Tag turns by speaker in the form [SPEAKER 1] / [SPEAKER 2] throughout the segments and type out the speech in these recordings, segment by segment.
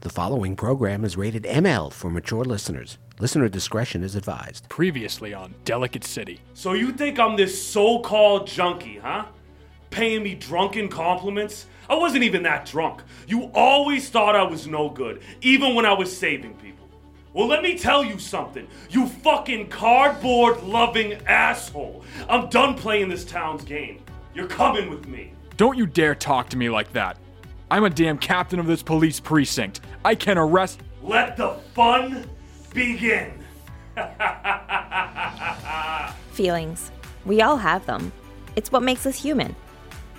[SPEAKER 1] The following program is rated ML for mature listeners. Listener discretion is advised.
[SPEAKER 2] Previously on Delicate City.
[SPEAKER 3] So you think I'm this so-called junkie, huh? Paying me drunken compliments? I wasn't even that drunk. You always thought I was no good, even when I was saving people. Well, let me tell you something. You fucking cardboard loving asshole. I'm done playing this town's game. You're coming with me.
[SPEAKER 2] Don't you dare talk to me like that. I'm a damn captain of this police precinct. I can arrest.
[SPEAKER 3] Let the fun begin.
[SPEAKER 4] Feelings. We all have them. It's what makes us human.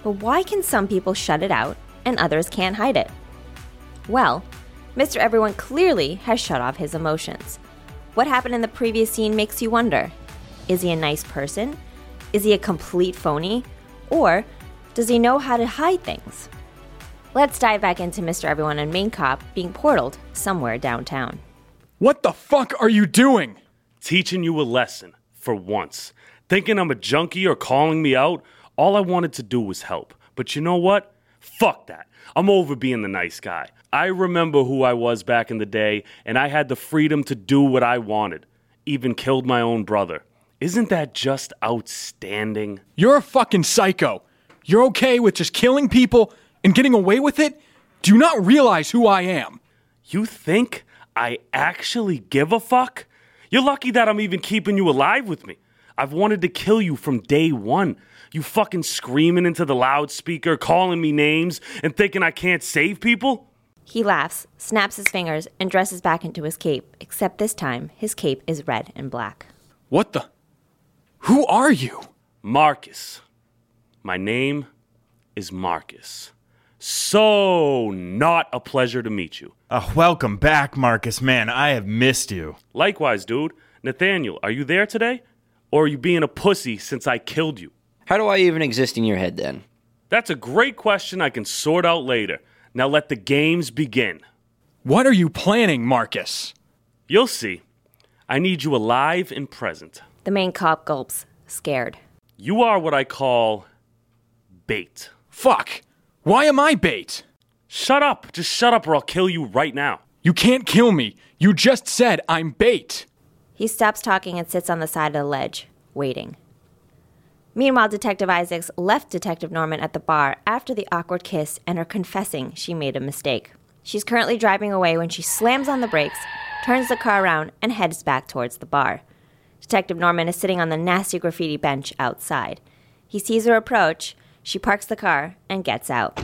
[SPEAKER 4] But why can some people shut it out and others can't hide it? Well, Mr. Everyone clearly has shut off his emotions. What happened in the previous scene makes you wonder is he a nice person? Is he a complete phony? Or does he know how to hide things? Let's dive back into Mr. Everyone and Main Cop being portaled somewhere downtown.
[SPEAKER 2] What the fuck are you doing?
[SPEAKER 3] Teaching you a lesson for once. Thinking I'm a junkie or calling me out, all I wanted to do was help. But you know what? Fuck that. I'm over being the nice guy. I remember who I was back in the day, and I had the freedom to do what I wanted. Even killed my own brother. Isn't that just outstanding?
[SPEAKER 2] You're a fucking psycho. You're okay with just killing people and getting away with it? Do you not realize who I am?
[SPEAKER 3] You think I actually give a fuck? You're lucky that I'm even keeping you alive with me. I've wanted to kill you from day one. You fucking screaming into the loudspeaker, calling me names, and thinking I can't save people?
[SPEAKER 4] He laughs, snaps his fingers, and dresses back into his cape, except this time his cape is red and black.
[SPEAKER 2] What the? Who are you?
[SPEAKER 3] Marcus. My name is Marcus. So not a pleasure to meet you.
[SPEAKER 5] Uh, welcome back, Marcus. Man, I have missed you.
[SPEAKER 3] Likewise, dude. Nathaniel, are you there today? Or are you being a pussy since I killed you?
[SPEAKER 6] How do I even exist in your head then?
[SPEAKER 3] That's a great question I can sort out later. Now let the games begin.
[SPEAKER 2] What are you planning, Marcus?
[SPEAKER 3] You'll see. I need you alive and present.
[SPEAKER 4] The main cop gulps, scared.
[SPEAKER 3] You are what I call bait.
[SPEAKER 2] Fuck. Why am I bait?
[SPEAKER 3] Shut up. Just shut up or I'll kill you right now.
[SPEAKER 2] You can't kill me. You just said I'm bait.
[SPEAKER 4] He stops talking and sits on the side of the ledge, waiting. Meanwhile, Detective Isaacs left Detective Norman at the bar after the awkward kiss and her confessing she made a mistake. She's currently driving away when she slams on the brakes, turns the car around, and heads back towards the bar. Detective Norman is sitting on the nasty graffiti bench outside. He sees her approach, she parks the car, and gets out.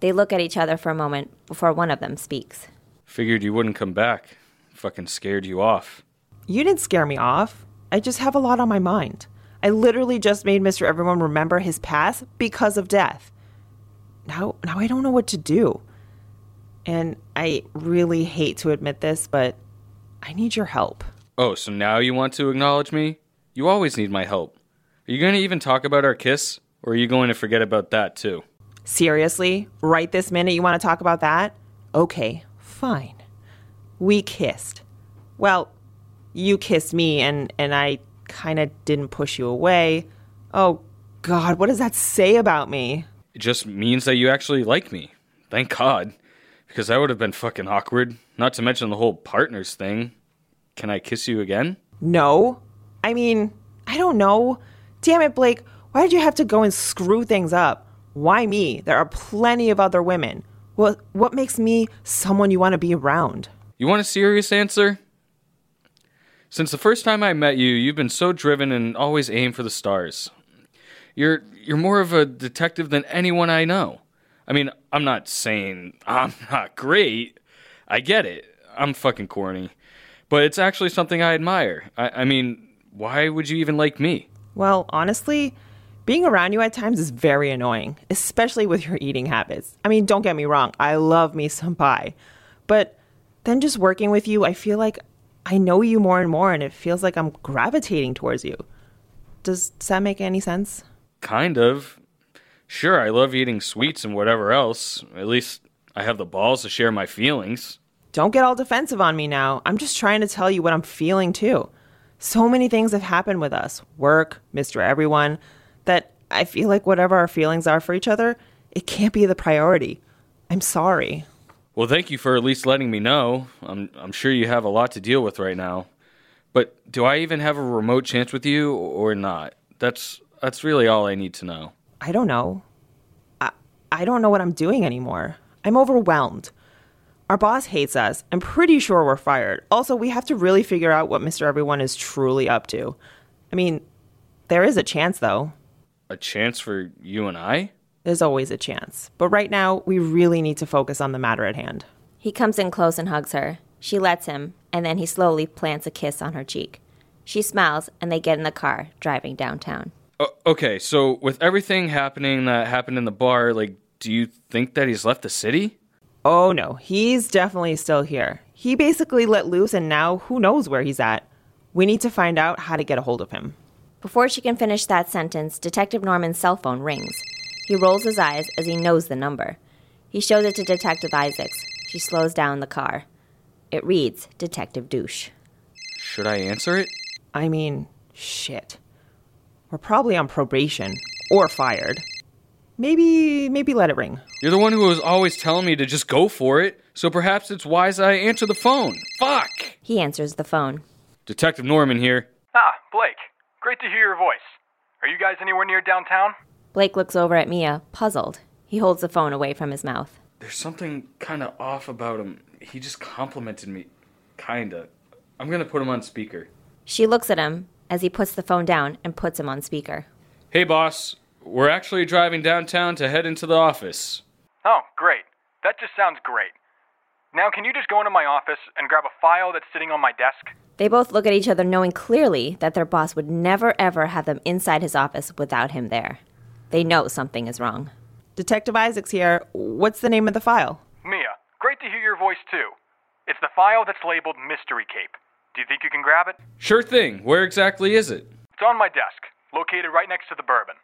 [SPEAKER 4] They look at each other for a moment before one of them speaks.
[SPEAKER 7] Figured you wouldn't come back. Fucking scared you off.
[SPEAKER 8] You didn't scare me off. I just have a lot on my mind. I literally just made Mr. Everyone remember his past because of death. Now, now I don't know what to do. And I really hate to admit this, but I need your help.
[SPEAKER 7] Oh, so now you want to acknowledge me? You always need my help. Are you going to even talk about our kiss? Or are you going to forget about that too?
[SPEAKER 8] Seriously? Right this minute, you want to talk about that? Okay, fine. We kissed. Well, you kissed me, and, and I kind of didn't push you away. Oh, God, what does that say about me?
[SPEAKER 7] It just means that you actually like me. Thank God. Because that would have been fucking awkward. Not to mention the whole partners thing. Can I kiss you again?
[SPEAKER 8] No. I mean, I don't know. Damn it, Blake. Why did you have to go and screw things up? Why me? There are plenty of other women. What what makes me someone you want to be around?
[SPEAKER 7] You want a serious answer? Since the first time I met you, you've been so driven and always aim for the stars. You're you're more of a detective than anyone I know. I mean, I'm not saying I'm not great. I get it. I'm fucking corny. But it's actually something I admire. I, I mean, why would you even like me?
[SPEAKER 8] Well, honestly, being around you at times is very annoying, especially with your eating habits. I mean, don't get me wrong, I love me some pie. But then just working with you, I feel like I know you more and more, and it feels like I'm gravitating towards you. Does that make any sense?
[SPEAKER 7] Kind of. Sure, I love eating sweets and whatever else. At least I have the balls to share my feelings.
[SPEAKER 8] Don't get all defensive on me now. I'm just trying to tell you what I'm feeling too. So many things have happened with us work, Mr. Everyone that I feel like whatever our feelings are for each other, it can't be the priority. I'm sorry.
[SPEAKER 7] Well, thank you for at least letting me know. I'm, I'm sure you have a lot to deal with right now. But do I even have a remote chance with you or not? That's, that's really all I need to know.
[SPEAKER 8] I don't know. I, I don't know what I'm doing anymore. I'm overwhelmed. Our boss hates us. I'm pretty sure we're fired. Also, we have to really figure out what Mr. Everyone is truly up to. I mean, there is a chance, though.
[SPEAKER 7] A chance for you and I?
[SPEAKER 8] There's always a chance. But right now, we really need to focus on the matter at hand.
[SPEAKER 4] He comes in close and hugs her. She lets him, and then he slowly plants a kiss on her cheek. She smiles, and they get in the car, driving downtown.
[SPEAKER 7] O- okay, so with everything happening that happened in the bar, like, do you think that he's left the city?
[SPEAKER 8] Oh no, he's definitely still here. He basically let loose, and now who knows where he's at. We need to find out how to get a hold of him.
[SPEAKER 4] Before she can finish that sentence, Detective Norman's cell phone rings. He rolls his eyes as he knows the number. He shows it to Detective Isaacs. She slows down the car. It reads Detective Douche.
[SPEAKER 7] Should I answer it?
[SPEAKER 8] I mean, shit. We're probably on probation or fired. Maybe, maybe let it ring.
[SPEAKER 7] You're the one who was always telling me to just go for it, so perhaps it's wise I answer the phone. Fuck!
[SPEAKER 4] He answers the phone.
[SPEAKER 7] Detective Norman here.
[SPEAKER 9] Ah, Blake. Great to hear your voice. Are you guys anywhere near downtown?
[SPEAKER 4] Blake looks over at Mia, puzzled. He holds the phone away from his mouth.
[SPEAKER 7] There's something kind of off about him. He just complimented me. Kinda. I'm gonna put him on speaker.
[SPEAKER 4] She looks at him as he puts the phone down and puts him on speaker.
[SPEAKER 7] Hey, boss. We're actually driving downtown to head into the office.
[SPEAKER 9] Oh, great. That just sounds great. Now, can you just go into my office and grab a file that's sitting on my desk?
[SPEAKER 4] They both look at each other, knowing clearly that their boss would never ever have them inside his office without him there. They know something is wrong.
[SPEAKER 8] Detective Isaac's here. What's the name of the file?
[SPEAKER 9] Mia, great to hear your voice too. It's the file that's labeled Mystery Cape. Do you think you can grab it?
[SPEAKER 7] Sure thing. Where exactly is it?
[SPEAKER 9] It's on my desk, located right next to the bourbon.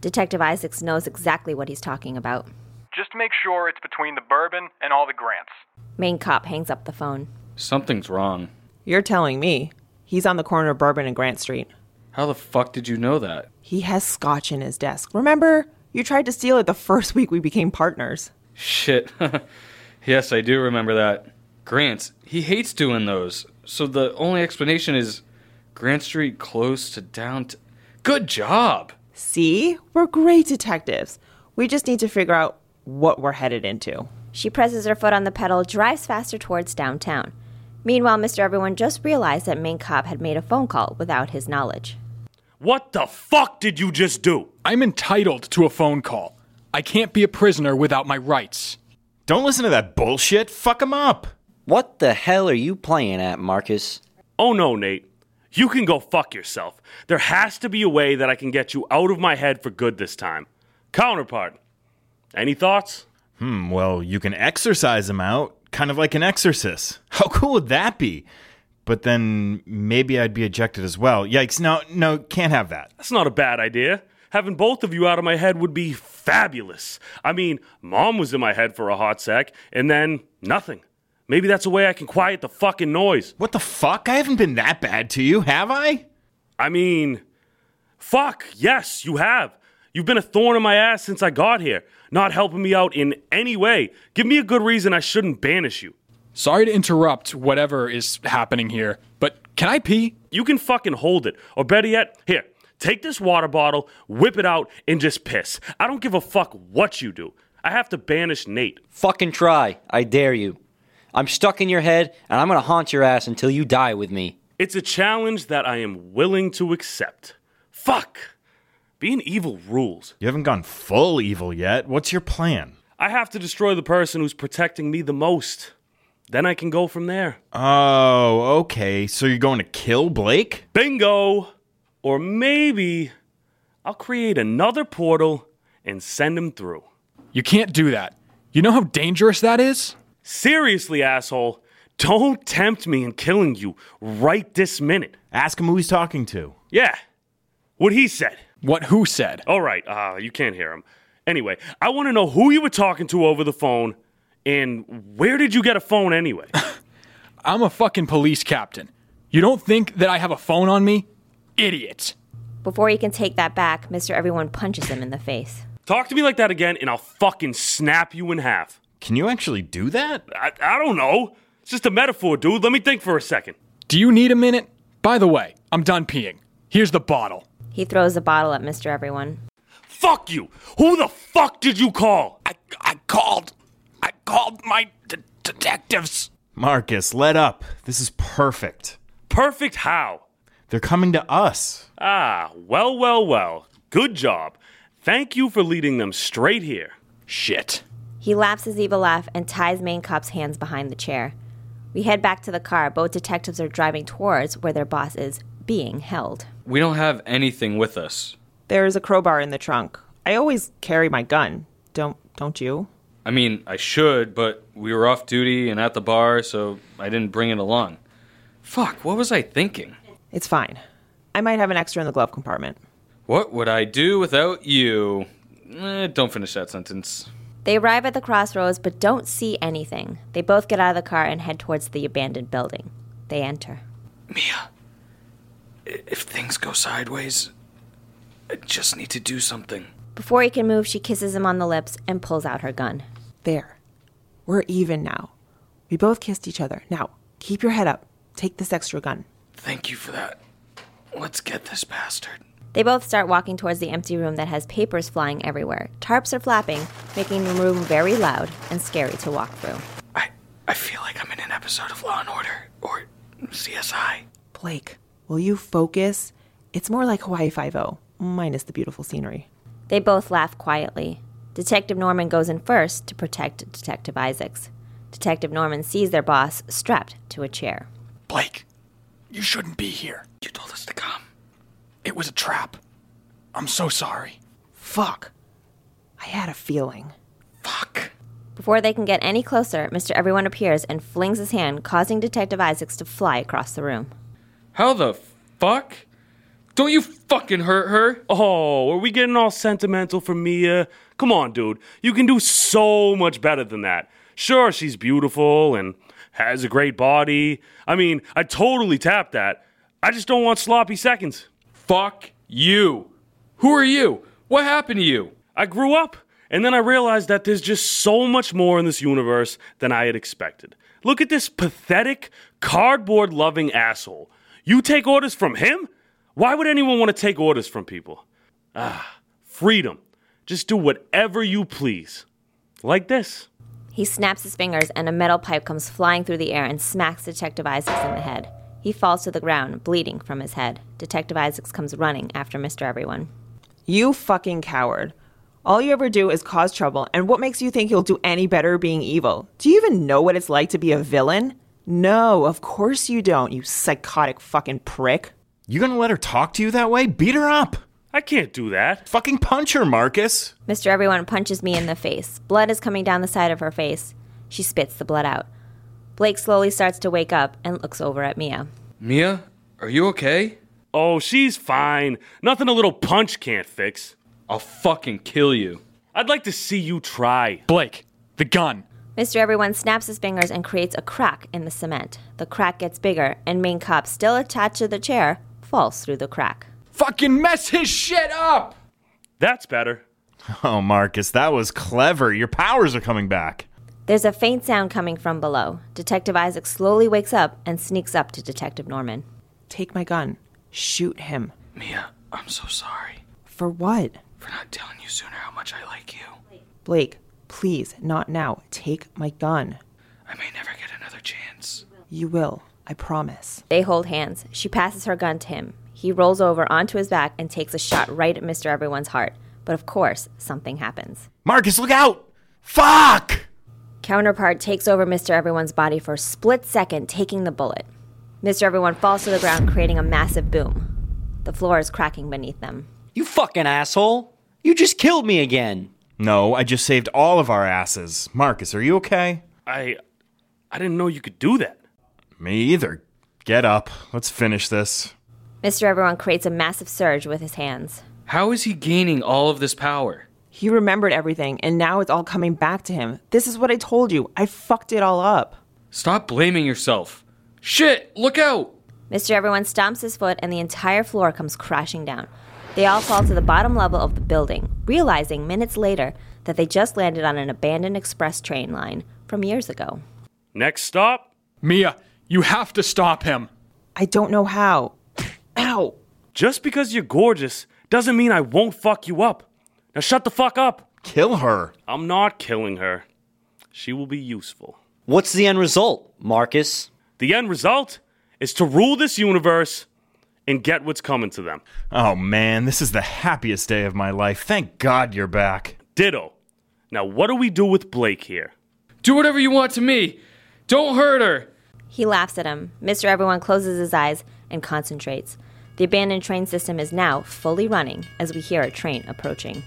[SPEAKER 4] Detective Isaacs knows exactly what he's talking about.
[SPEAKER 9] Just make sure it's between the bourbon and all the grants.
[SPEAKER 4] Main cop hangs up the phone.
[SPEAKER 7] Something's wrong.
[SPEAKER 8] You're telling me. He's on the corner of Bourbon and Grant Street.
[SPEAKER 7] How the fuck did you know that?
[SPEAKER 8] He has scotch in his desk. Remember? You tried to steal it the first week we became partners.
[SPEAKER 7] Shit. yes, I do remember that. Grants, he hates doing those. So the only explanation is Grant Street close to downtown. Good job!
[SPEAKER 8] See? We're great detectives. We just need to figure out what we're headed into.
[SPEAKER 4] She presses her foot on the pedal, drives faster towards downtown. Meanwhile, Mr. Everyone just realized that Main Cop had made a phone call without his knowledge.
[SPEAKER 3] What the fuck did you just do?
[SPEAKER 2] I'm entitled to a phone call. I can't be a prisoner without my rights.
[SPEAKER 5] Don't listen to that bullshit. Fuck him up.
[SPEAKER 6] What the hell are you playing at, Marcus?
[SPEAKER 3] Oh no, Nate. You can go fuck yourself. There has to be a way that I can get you out of my head for good this time. Counterpart. Any thoughts?
[SPEAKER 5] Hmm, well, you can exercise him out, kind of like an exorcist. How cool would that be? But then maybe I'd be ejected as well. Yikes. No, no, can't have that.
[SPEAKER 3] That's not a bad idea. Having both of you out of my head would be fabulous. I mean, mom was in my head for a hot sec, and then nothing. Maybe that's a way I can quiet the fucking noise.
[SPEAKER 5] What the fuck? I haven't been that bad to you, have I?
[SPEAKER 3] I mean, fuck, yes, you have. You've been a thorn in my ass since I got here, not helping me out in any way. Give me a good reason I shouldn't banish you.
[SPEAKER 2] Sorry to interrupt whatever is happening here, but can I pee?
[SPEAKER 3] You can fucking hold it. Or better yet, here, take this water bottle, whip it out, and just piss. I don't give a fuck what you do. I have to banish Nate.
[SPEAKER 6] Fucking try. I dare you. I'm stuck in your head, and I'm gonna haunt your ass until you die with me.
[SPEAKER 3] It's a challenge that I am willing to accept. Fuck! Being evil rules.
[SPEAKER 5] You haven't gone full evil yet. What's your plan?
[SPEAKER 3] I have to destroy the person who's protecting me the most. Then I can go from there.
[SPEAKER 5] Oh, okay. So you're going to kill Blake?
[SPEAKER 3] Bingo! Or maybe I'll create another portal and send him through.
[SPEAKER 2] You can't do that. You know how dangerous that is?
[SPEAKER 3] Seriously, asshole, don't tempt me in killing you right this minute.
[SPEAKER 5] Ask him who he's talking to.
[SPEAKER 3] Yeah, what he said.
[SPEAKER 2] What who said?
[SPEAKER 3] All right, uh, you can't hear him. Anyway, I want to know who you were talking to over the phone and where did you get a phone anyway?
[SPEAKER 2] I'm a fucking police captain. You don't think that I have a phone on me? Idiot.
[SPEAKER 4] Before he can take that back, Mr. Everyone punches him in the face.
[SPEAKER 3] Talk to me like that again and I'll fucking snap you in half.
[SPEAKER 5] Can you actually do that?
[SPEAKER 3] I, I don't know. It's just a metaphor, dude. Let me think for a second.
[SPEAKER 2] Do you need a minute? By the way, I'm done peeing. Here's the bottle.
[SPEAKER 4] He throws the bottle at Mr. Everyone.
[SPEAKER 3] Fuck you. Who the fuck did you call?
[SPEAKER 10] I, I called. I called my d- detectives.
[SPEAKER 5] Marcus, let up. This is perfect.
[SPEAKER 3] Perfect how?
[SPEAKER 5] They're coming to us.
[SPEAKER 3] Ah, well, well, well. Good job. Thank you for leading them straight here.
[SPEAKER 10] Shit.
[SPEAKER 4] He laughs his evil laugh and ties Main Cop's hands behind the chair. We head back to the car. Both detectives are driving towards where their boss is being held.
[SPEAKER 7] We don't have anything with us.
[SPEAKER 8] There is a crowbar in the trunk. I always carry my gun. Don't don't you?
[SPEAKER 7] I mean, I should, but we were off duty and at the bar, so I didn't bring it along. Fuck, what was I thinking?
[SPEAKER 8] It's fine. I might have an extra in the glove compartment.
[SPEAKER 7] What would I do without you? Eh, don't finish that sentence.
[SPEAKER 4] They arrive at the crossroads but don't see anything. They both get out of the car and head towards the abandoned building. They enter.
[SPEAKER 7] Mia, i- if things go sideways, I just need to do something.
[SPEAKER 4] Before he can move, she kisses him on the lips and pulls out her gun.
[SPEAKER 8] There. We're even now. We both kissed each other. Now, keep your head up. Take this extra gun.
[SPEAKER 7] Thank you for that. Let's get this bastard.
[SPEAKER 4] They both start walking towards the empty room that has papers flying everywhere. Tarps are flapping, making the room very loud and scary to walk through.
[SPEAKER 7] I I feel like I'm in an episode of Law and Order or CSI.
[SPEAKER 8] Blake, will you focus? It's more like Hawaii 5 minus the beautiful scenery.
[SPEAKER 4] They both laugh quietly. Detective Norman goes in first to protect Detective Isaacs. Detective Norman sees their boss strapped to a chair.
[SPEAKER 10] Blake, you shouldn't be here.
[SPEAKER 7] You told us to come.
[SPEAKER 10] It was a trap. I'm so sorry.
[SPEAKER 8] Fuck. I had a feeling.
[SPEAKER 7] Fuck.
[SPEAKER 4] Before they can get any closer, Mr. Everyone appears and flings his hand, causing Detective Isaacs to fly across the room.
[SPEAKER 7] How the fuck? Don't you fucking hurt her?
[SPEAKER 3] Oh, are we getting all sentimental for Mia? Come on, dude. You can do so much better than that. Sure, she's beautiful and has a great body. I mean, I totally tap that. I just don't want sloppy seconds.
[SPEAKER 7] Fuck you. Who are you? What happened to you?
[SPEAKER 3] I grew up, and then I realized that there's just so much more in this universe than I had expected. Look at this pathetic, cardboard loving asshole. You take orders from him? Why would anyone want to take orders from people? Ah, freedom. Just do whatever you please. Like this.
[SPEAKER 4] He snaps his fingers, and a metal pipe comes flying through the air and smacks Detective Isaacs in the head. He falls to the ground, bleeding from his head. Detective Isaacs comes running after Mr. Everyone.
[SPEAKER 8] You fucking coward. All you ever do is cause trouble, and what makes you think you'll do any better being evil? Do you even know what it's like to be a villain? No, of course you don't, you psychotic fucking prick.
[SPEAKER 5] You gonna let her talk to you that way? Beat her up.
[SPEAKER 3] I can't do that.
[SPEAKER 5] Fucking punch her, Marcus.
[SPEAKER 4] Mr. Everyone punches me in the face. Blood is coming down the side of her face. She spits the blood out. Blake slowly starts to wake up and looks over at Mia.
[SPEAKER 7] Mia, are you okay?
[SPEAKER 3] Oh, she's fine. Nothing a little punch can't fix.
[SPEAKER 7] I'll fucking kill you.
[SPEAKER 3] I'd like to see you try.
[SPEAKER 2] Blake, the gun.
[SPEAKER 4] Mr. Everyone snaps his fingers and creates a crack in the cement. The crack gets bigger, and Main Cop, still attached to the chair, falls through the crack.
[SPEAKER 2] Fucking mess his shit up!
[SPEAKER 3] That's better.
[SPEAKER 5] Oh, Marcus, that was clever. Your powers are coming back.
[SPEAKER 4] There's a faint sound coming from below. Detective Isaac slowly wakes up and sneaks up to Detective Norman.
[SPEAKER 8] Take my gun. Shoot him.
[SPEAKER 7] Mia, I'm so sorry
[SPEAKER 8] For what?
[SPEAKER 7] for not telling you sooner how much I like you.
[SPEAKER 8] Blake, please, not now. Take my gun.
[SPEAKER 7] I may never get another chance.
[SPEAKER 8] You will. I promise.
[SPEAKER 4] They hold hands. She passes her gun to him. He rolls over onto his back and takes a shot right at Mr. Everyone's heart. But of course, something happens.
[SPEAKER 5] Marcus, look out! Fuck!
[SPEAKER 4] Counterpart takes over Mr. Everyone's body for a split second, taking the bullet. Mr. Everyone falls to the ground, creating a massive boom. The floor is cracking beneath them.
[SPEAKER 6] You fucking asshole. You just killed me again.
[SPEAKER 5] No, I just saved all of our asses. Marcus, are you okay?
[SPEAKER 3] I I didn't know you could do that.
[SPEAKER 5] Me either. Get up. Let's finish this.
[SPEAKER 4] Mr. Everyone creates a massive surge with his hands.
[SPEAKER 7] How is he gaining all of this power?
[SPEAKER 8] He remembered everything, and now it's all coming back to him. This is what I told you. I fucked it all up.
[SPEAKER 7] Stop blaming yourself. Shit, look out!
[SPEAKER 4] Mr. Everyone stomps his foot, and the entire floor comes crashing down. They all fall to the bottom level of the building, realizing minutes later that they just landed on an abandoned express train line from years ago.
[SPEAKER 3] Next stop?
[SPEAKER 2] Mia, you have to stop him.
[SPEAKER 8] I don't know how. Ow.
[SPEAKER 3] Just because you're gorgeous doesn't mean I won't fuck you up. Now shut the fuck up.
[SPEAKER 5] Kill her.
[SPEAKER 3] I'm not killing her. She will be useful.
[SPEAKER 6] What's the end result, Marcus?
[SPEAKER 3] The end result is to rule this universe and get what's coming to them.
[SPEAKER 5] Oh man, this is the happiest day of my life. Thank God you're back.
[SPEAKER 3] Ditto. Now, what do we do with Blake here?
[SPEAKER 7] Do whatever you want to me. Don't hurt her.
[SPEAKER 4] He laughs at him. Mr. Everyone closes his eyes and concentrates. The abandoned train system is now fully running as we hear a train approaching.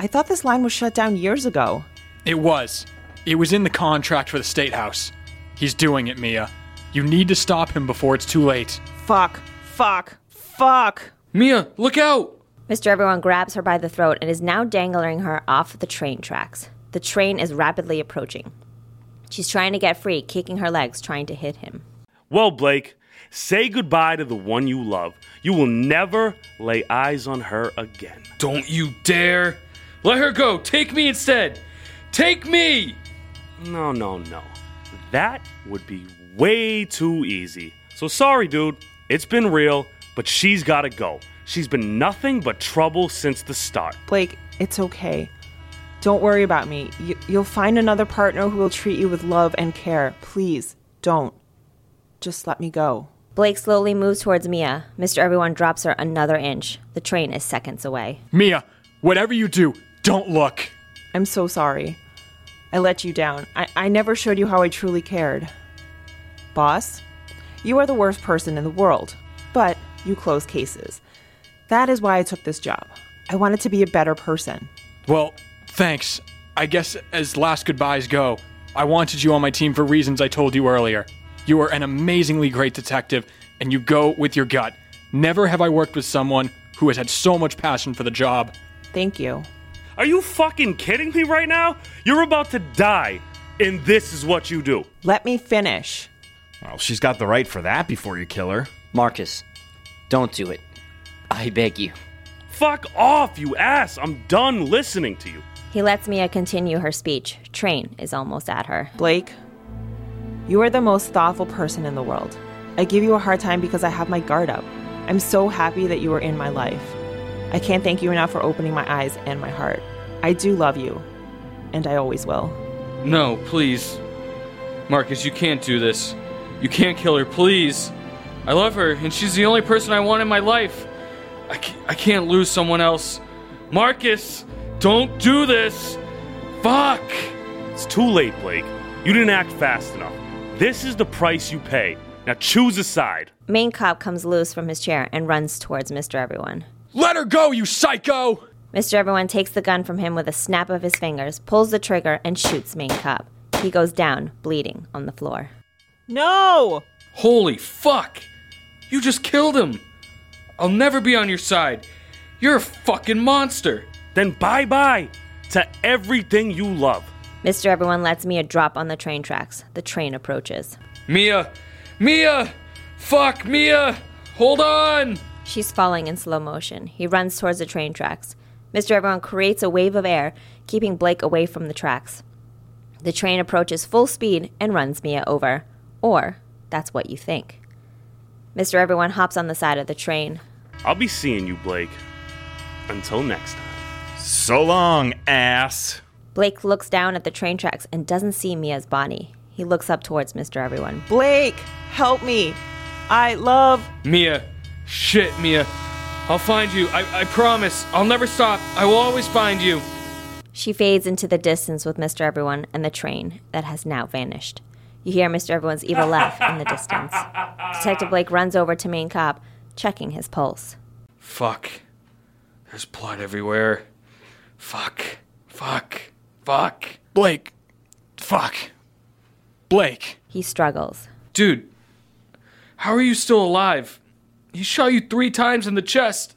[SPEAKER 8] I thought this line was shut down years ago.
[SPEAKER 2] It was. It was in the contract for the State House. He's doing it, Mia. You need to stop him before it's too late.
[SPEAKER 8] Fuck. Fuck. Fuck.
[SPEAKER 7] Mia, look out.
[SPEAKER 4] Mr. Everyone grabs her by the throat and is now dangling her off the train tracks. The train is rapidly approaching. She's trying to get free, kicking her legs, trying to hit him.
[SPEAKER 3] Well, Blake, say goodbye to the one you love. You will never lay eyes on her again.
[SPEAKER 7] Don't you dare. Let her go. Take me instead. Take me.
[SPEAKER 3] No, no, no. That would be way too easy. So sorry, dude. It's been real, but she's gotta go. She's been nothing but trouble since the start.
[SPEAKER 8] Blake, it's okay. Don't worry about me. You, you'll find another partner who will treat you with love and care. Please, don't. Just let me go.
[SPEAKER 4] Blake slowly moves towards Mia. Mr. Everyone drops her another inch. The train is seconds away.
[SPEAKER 2] Mia, whatever you do, don't look.
[SPEAKER 8] I'm so sorry. I let you down. I, I never showed you how I truly cared. Boss, you are the worst person in the world, but you close cases. That is why I took this job. I wanted to be a better person.
[SPEAKER 2] Well, thanks. I guess as last goodbyes go, I wanted you on my team for reasons I told you earlier. You are an amazingly great detective, and you go with your gut. Never have I worked with someone who has had so much passion for the job.
[SPEAKER 8] Thank you.
[SPEAKER 3] Are you fucking kidding me right now? You're about to die, and this is what you do.
[SPEAKER 8] Let me finish.
[SPEAKER 5] Well, Oh, she's got the right for that before you kill her.
[SPEAKER 6] Marcus, don't do it. I beg you.
[SPEAKER 3] Fuck off, you ass. I'm done listening to you.
[SPEAKER 4] He lets Mia continue her speech. Train is almost at her.
[SPEAKER 8] Blake, you are the most thoughtful person in the world. I give you a hard time because I have my guard up. I'm so happy that you are in my life. I can't thank you enough for opening my eyes and my heart. I do love you, and I always will.
[SPEAKER 7] No, please. Marcus, you can't do this. You can't kill her, please. I love her, and she's the only person I want in my life. I can't, I can't lose someone else. Marcus, don't do this. Fuck.
[SPEAKER 3] It's too late, Blake. You didn't act fast enough. This is the price you pay. Now choose a side.
[SPEAKER 4] Main cop comes loose from his chair and runs towards Mr. Everyone.
[SPEAKER 2] Let her go, you psycho!
[SPEAKER 4] Mr. Everyone takes the gun from him with a snap of his fingers, pulls the trigger, and shoots Main Cop. He goes down, bleeding, on the floor.
[SPEAKER 8] No!
[SPEAKER 7] Holy fuck. You just killed him. I'll never be on your side. You're a fucking monster.
[SPEAKER 3] Then bye bye to everything you love.
[SPEAKER 4] Mr. Everyone lets Mia drop on the train tracks. The train approaches.
[SPEAKER 7] Mia. Mia. Fuck, Mia. Hold on.
[SPEAKER 4] She's falling in slow motion. He runs towards the train tracks. Mr. Everyone creates a wave of air, keeping Blake away from the tracks. The train approaches full speed and runs Mia over. Or that's what you think. Mr. Everyone hops on the side of the train.
[SPEAKER 3] I'll be seeing you, Blake. Until next time.
[SPEAKER 5] So long, ass.
[SPEAKER 4] Blake looks down at the train tracks and doesn't see Mia's body. He looks up towards Mr. Everyone.
[SPEAKER 8] Blake, help me. I love.
[SPEAKER 7] Mia. Shit, Mia. I'll find you. I, I promise. I'll never stop. I will always find you.
[SPEAKER 4] She fades into the distance with Mr. Everyone and the train that has now vanished. You hear Mr. Everyone's evil laugh in the distance. Detective Blake runs over to main cop, checking his pulse.
[SPEAKER 7] Fuck. There's blood everywhere. Fuck. Fuck. Fuck.
[SPEAKER 2] Blake. Fuck. Blake.
[SPEAKER 4] He struggles.
[SPEAKER 7] Dude, how are you still alive? He shot you three times in the chest.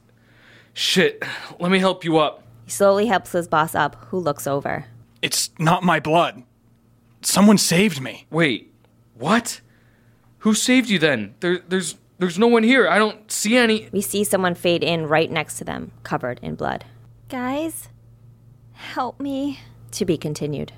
[SPEAKER 7] Shit, let me help you up.
[SPEAKER 4] He slowly helps his boss up, who looks over.
[SPEAKER 2] It's not my blood. Someone saved me.
[SPEAKER 7] Wait, what? Who saved you then? There, there's, there's no one here. I don't see any.
[SPEAKER 4] We see someone fade in right next to them, covered in blood. Guys, help me. To be continued.